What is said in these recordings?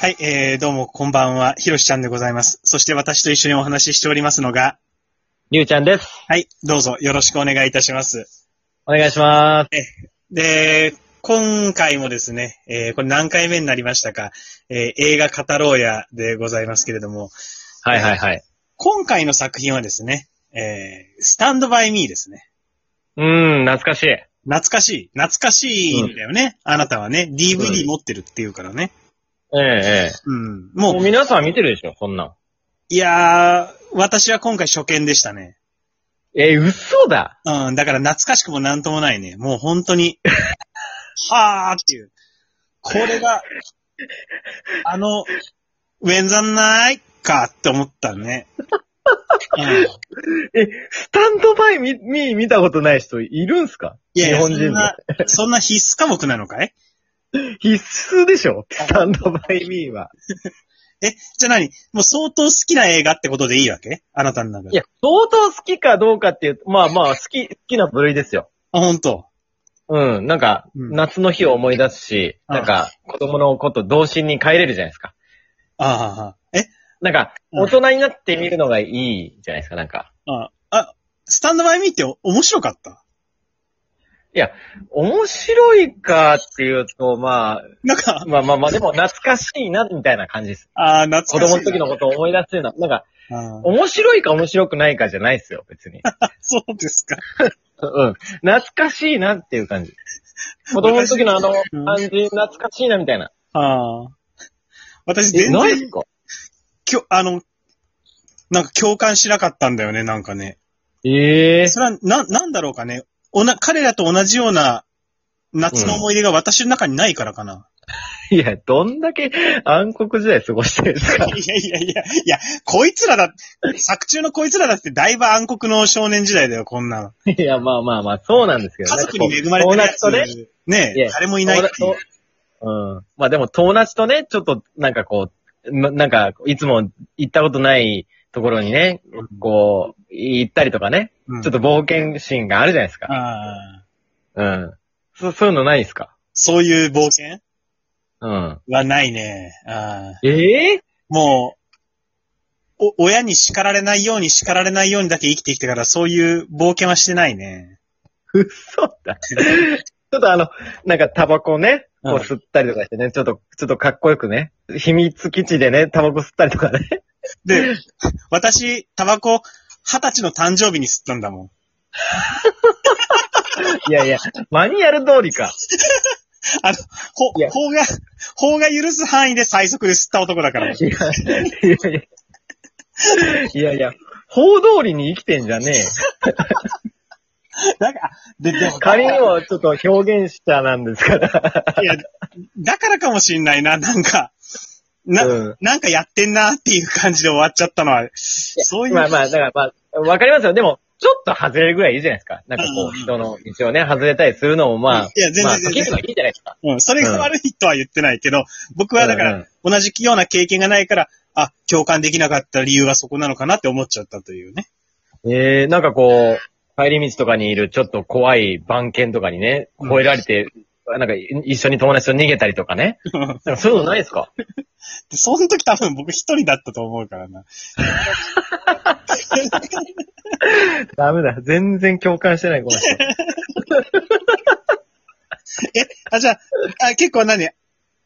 はい、えー、どうも、こんばんは、ひろしちゃんでございます。そして私と一緒にお話ししておりますのが、りゅうちゃんです。はい、どうぞよろしくお願いいたします。お願いします。で、今回もですね、えー、これ何回目になりましたか、えー、映画語ろうやでございますけれども、はいはいはい。今回の作品はですね、えー、スタンドバイミーですね。うーん、懐かしい。懐かしい。懐かしいんだよね。あなたはね、DVD 持ってるっていうからね。えええうん。え。もうもう、皆さん見てるでしょ、そんなん。いやー、私は今回初見でしたね。えー、嘘だ。うん、だから懐かしくもなんともないね。もう本当に、 はーっていう。これが、あの、ウェンザンナイかって思ったね。うん、スタンドバイみ、み、見たことない人いるんすかいやいや、日そ本人んでな、そんな必須科目なのかい必須でしょスタンドバイミーは。じゃあ何もう相当好きな映画ってことでいいわけあなたの中いで。や、相当好きかどうかっていう、まあまあ、好き、好きな部類ですよ。あ、本当。うん、なんか、うん夏の日を思い出すし、うんなんか、子供のこと童心に帰れるじゃないですか。ああ、えなんか、うん大人になって見るのがいいじゃないですか、なんか。あ、あ、スタンドバイミーって面白かった面白いかっていうと、まあ、なんか、まあまあまあ、でも懐かしいな、みたいな感じです。ああ、懐かしい子な。供の時のことを思い出すような、なんか、あー面白いか面白くないかじゃないですよ、別に。そうですか。 うん。懐かしいなっていう感じ。子供の時のあのうん感じ、懐かしいなみたいな。ああ。私、え、全ないっ然すかきょ、あの、なんか共感しなかったんだよね、なんかね。ええそれは、な、なんだろうかね。おな、彼らと同じような夏の思い出が私の中にないからかな。いや、どんだけ暗黒時代過ごしてるんですかいやいやいや、いや、こいつらだ、作中のこいつらだってだいぶ暗黒の少年時代だよ、こんなの。 いや、まあまあまあ、そうなんですけど家ね。族に恵まれてるやつ友達とね、ねいえや、誰もいないっていう。うん。まあでも友達とね、ちょっとなんかこう、ななんか、いつも行ったことないところにね、こう、行ったりとかね、うんちょっと冒険心があるじゃないですか。ああうん。そそういうのないですかそういう冒険うん。はないね。ああええもう、お、親に叱られないように叱られないようにだけ生きてきてから、そういう冒険はしてないね。嘘だ。 ちょっとあの、なんかタバコね、こううん吸ったりとかしてね、ちょっと、ちょっとかっこよくね、秘密基地でね、タバコ吸ったりとかね。で、私、タバコ、二十歳の誕生日に吸ったんだもん。いやいや、マニュアル通りか。ほ、いや法が、法が許す範囲で最速で吸った男だ から。いやいやいや。いやいや、法通りに生きてんじゃねえよ。だから、で、でも、仮にもちょっと表現者なんですから。いや、だからかもしんないな、なんか、な、うんなんかやってんなっていう感じで終わっちゃったのは、そういう、まあまあ、だからまあ、わかりますよ。でも、ちょっと外れるぐらいいいじゃないですか。なんかこうんう、人の道をね、外れたりするのもまあ、いや、全然まあ、全時然きるのはいいじゃないですか。うん、それが悪いとは言ってないけど、僕はだから、うんうん同じような経験がないから、あ、共感できなかった理由はそこなのかなって思っちゃったというね。ええなんかこう、帰り道とかにいるちょっと怖い番犬とかにね、うん吠えられて、なんかい一緒に友達と逃げたりとか ね。なんかそういうのないですかでその時多分僕一人だったと思うからな。ダメだ。全然共感してない、この人。え、あ、じゃあ、あ結構何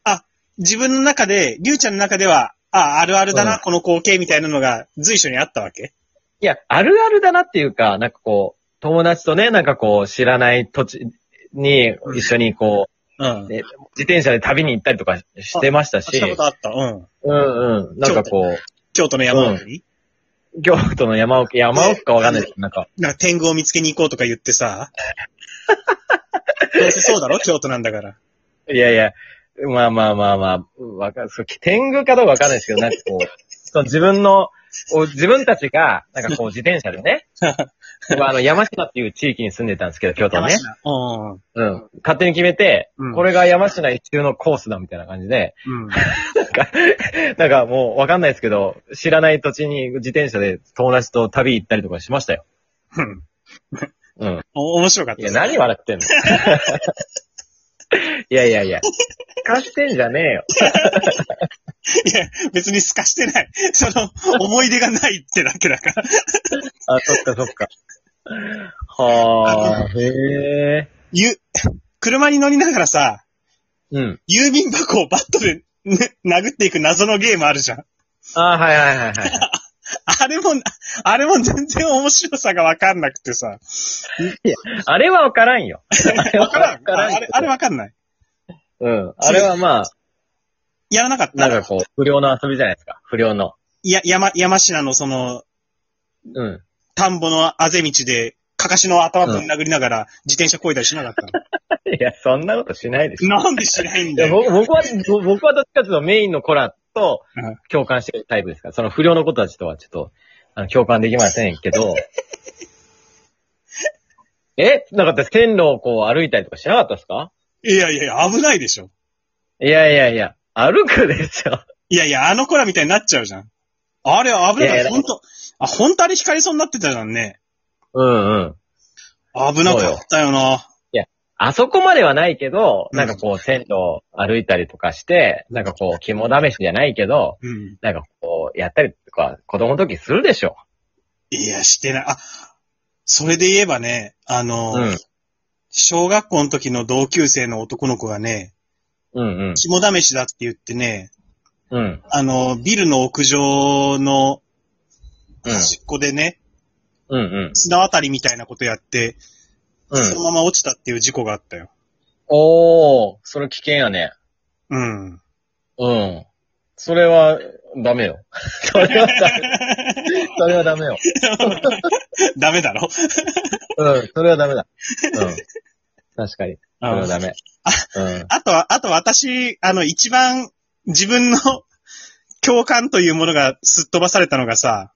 あ、自分の中で、りゅうちゃんの中では、あ、あるあるだな、うんこの光景みたいなのが随所にあったわけいや、あるあるだなっていうか、なんかこう、友達とね、なんかこう、知らない土地に一緒にこうんう、。ね自転車で旅に行ったりとかしてましたしし、たことあった。うん。うんうん。なんかこう、京都の山奥に、京都の山奥、山奥かわかんな いですけど、なんか、なんか天狗を見つけに行こうとか言って さ。どうせそうだろ京都なんだから。いやいや、まあまあまあまあ、わかそう天狗かどうかわかんないですけど、なんかこう、その自分の、お自分たちが、なんかこう、自転車 でね、まあ、あの、山科っていう地域に住んでたんですけど、京都のね。うん。うん。勝手に決めて、うんこれが山科一中のコースだみたいな感じで、うん。なんかもうわかんないですけど、知らない土地に自転車で友達と旅行ったりとかしましたよ。うん うん。お面白かっいた。や、何笑ってんの いやいやいや。貸してんじゃねえよ。いや、別に透かしてない。 その、思い出がないってだけだから。あ、そっかそっか。はあ、へえ。ゆ、車に乗りながらさ、うん。郵便箱をバットで、ね殴っていく謎のゲームあるじゃん。あはいはいはいはあれも、あれも全然面白さがわかんなくてさ。い。あれはわからんよ。あれわからん わからんあれ、あれわかんない。うん。あれはまあ、やらなかったなんかこう、不良の遊びじゃないですか。不良の。や、山、山科のその、うん。田んぼのあぜ道で、かかしの頭ぶん殴りながら、自転車こいだりしなかったいや、そんなことしないでしょ。の。なんでしないんいだやよ。僕僕は、僕僕はどっちかというとメインのコラとうん共感してるタイプですから、その不良の子たちとはちょっと、あの、共感できませんけど。えなんかった線路をこう歩いたりとかしなかったですかいやいやいや、危ないでしょ。いやいやいや、歩くでしょ。いやいや、あの子らみたいになっちゃうじゃん。あれ危ないやいやい。ほんと、あ、ほんとあれ光りそうになってたじゃんね。うんうん。危なかったよな。あそこまではないけど、うんなんかこう線路を歩いたりとかして、なんかこう肝試しじゃないけど、うん。なんかこうやったりとか子供の時するでしょ。いや、してない。あ、それで言えばね、あの、うん。小学校の時の同級生の男の子がね、うんうん。肝試しだって言ってね、うん。あの、ビルの屋上のうん。端っこでね、うんうん。綱渡りみたいなことやって、うんそ。のまま落ちたっていう事故があったよ。おー、それ危険やね。うん。 うん。それは、ダメよ。 それはダメ。 それはダメよ。ダメだろうん、それはダメだ。うん。確かに。それはあダメ。うん。とは、あと私、あの、一番自分の共感というものがすっ飛ばされたのがさ、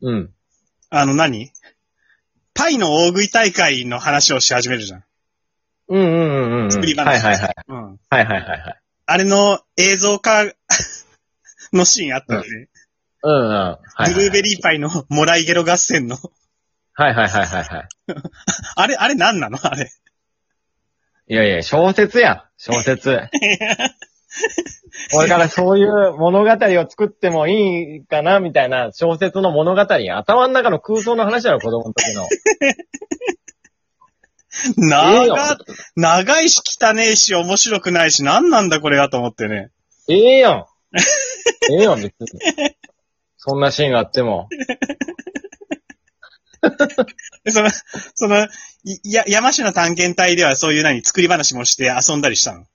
うん。あの何タイの大食い大会の話をし始めるじゃん。うんうんうんうん。作り話はいはいはい。うん。はいはいはいはい。あれの映像化 のシーンあったよね。うんうん。はいはい。ブルーベリーパイのもらいゲロ合戦の。はいはいはいはいはい。あれ、あれ何なの あれ。いやいや、小説や。小説。 これからそういう物語を作ってもいいかな、みたいな小説の物語や。頭の中の空想の話だろ、子供の時の。ええやん長、長いし汚ねえし面白くないし、何なんだこれはと思ってね。ええやん。ええやん、別に。そんなシーンがあっても。で その、その、いや、山科探検隊ではそういう何、作り話もして遊んだりしたの。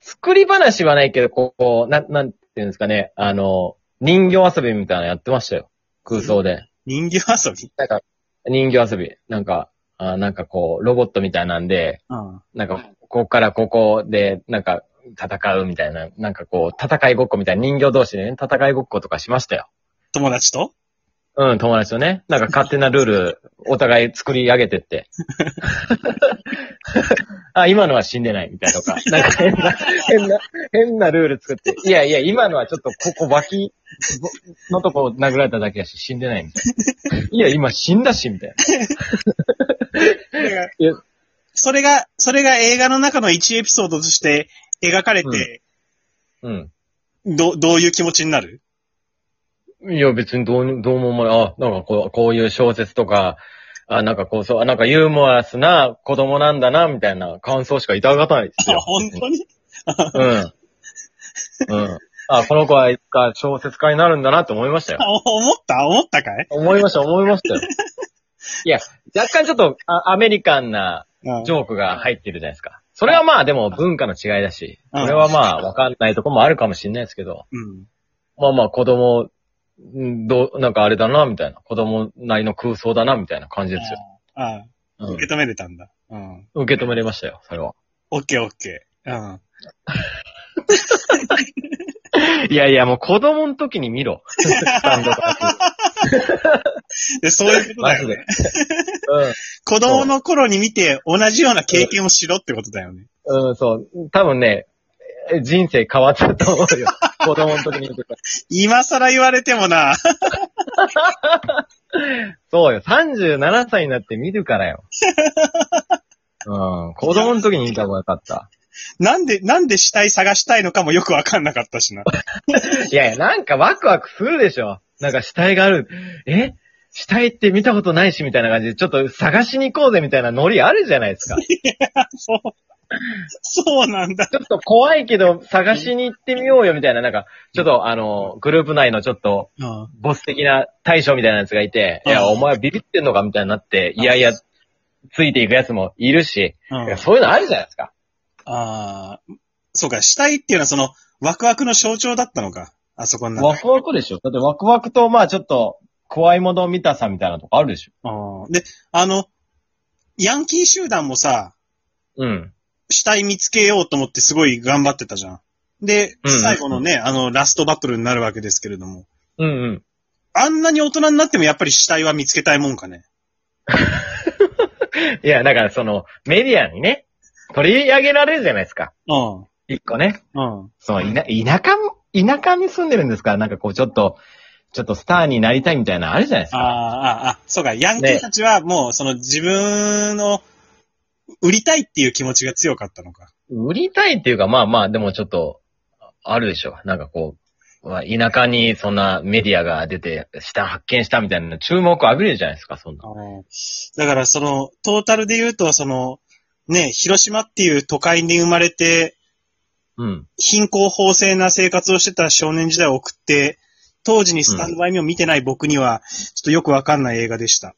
作り話はないけど、こうこう、なん、なんていうんですかね。あの、人形遊びみたいなのやってましたよ。空想で。人形遊びなんか、人形遊び。なんか、あなんかこう、ロボットみたいなんで、うん。なんか、ここからここで、なんか、戦うみたいな、なんかこう、戦いごっこみたいな人形同士でね、戦いごっことかしましたよ。友達とうん、友達とね。なんか勝手なルール、お互い作り上げてって。 あ、今のは死んでないみたいなとか。なんか変な、変な、変なルール作って。いやいや、今のはちょっとここ脇のとこ殴られただけやし、死んでないみたいな。いや、今死んだし、みたいな。いやそれが、それが映画の中の1エピソードとして描かれて、うん。ど、どういう気持ちになるいや、別にどうに、どうも思わない。あ、なんかこう、こういう小説とか、あ、なんかこう、そう、あなんかユーモアスな子供なんだな、みたいな感想しかいただかないですあ、よ。本当にうん。うん。あ、この子はいつか小説家になるんだなって思いましたよ。あ思った思ったかい思いました、思いましたよ。いや、若干ちょっとあアメリカンなうんジョークが入ってるじゃないですか。それはまあでも文化の違いだし、うそんれはまあわかんないとこもあるかもしれないですけど、うん。まあまあ子供、んどう、なんかあれだな、みたいな。子供なりの空想だな、みたいな感じですよ。ああ、うん受け止めれたんだ。うん。受け止めれましたよ、それは。オッケーオッケー。うん。いやいや、もう子供の時に見ろ。 スタンドバッで、そういうグことだマよジね。で。 う子供の頃に見て同じような経験をしろってことだよね。ん、うん、そう。多分ね、え人生変わったと思うよ。子供の時に見てた。今更言われてもな。そうよ、37歳になって見るからよ。うん。子供の時にインターホンなかった。なんで、なんで死体探したいのかもよくわかんなかったし な。いやいや、なんかワクワクするでしょ。なんか死体がある。え死体って見たことないし、みたいな感じで、ちょっと探しに行こうぜ、みたいなノリあるじゃないですか。ちそう。そうなんだ。ょっと怖いけど、探しに行ってみようよ、みたいな、なんか、ちょっとあの、グループ内のちょっと、うん。ボス的な大将みたいなやつがいて、ういんや、お前ビビってんのか、みたいになって、いやいや、ついていくやつもいるし、うん、そういうのあるじゃないですか。ああ、そうか、死体っていうのはその、ワクワクの象徴だったのか。あそこの中ワクワクでしょだってワクワクと、まあちょっと、怖いもの見たさみたいなとこあるでしょ。あーで、あの、ヤンキー集団もさ、うん。死体見つけようと思ってすごい頑張ってたじゃん。で、うんうん最後のね、あの、ラストバトルになるわけですけれども。うんうん。あんなに大人になってもやっぱり死体は見つけたいもんかね。いや、だからその、メディアにね、取り上げられるじゃないですか。うん。一個ね。うん。そう、いな、田舎も、田舎に住んでるんですから、なんかこう、ちょっと、ちょっとスターになりたいみたいなのあるじゃないですあーか。あー、あーそうか、ヤンキーたちはもう、その自分の、売りたいっていう気持ちが強かったのか。売りたいっていうか、まあまあ、でもちょっと、あるでしょ。なんかこう、まあ田舎にそんなメディアが出て、下発見したみたいな注目を浴びれるじゃないですか、そんな。だから、その、トータルで言うと、その、ね、広島っていう都会に生まれて、うん。貧困法制な生活をしてた少年時代を送って、当時にスタンドバイミーを見てない僕には、ちょっとよくわかんない映画でした。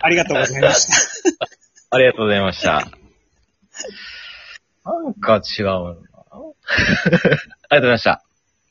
ありがとうございました。ありがとうございました。 なんか違うな。ありがとうございました。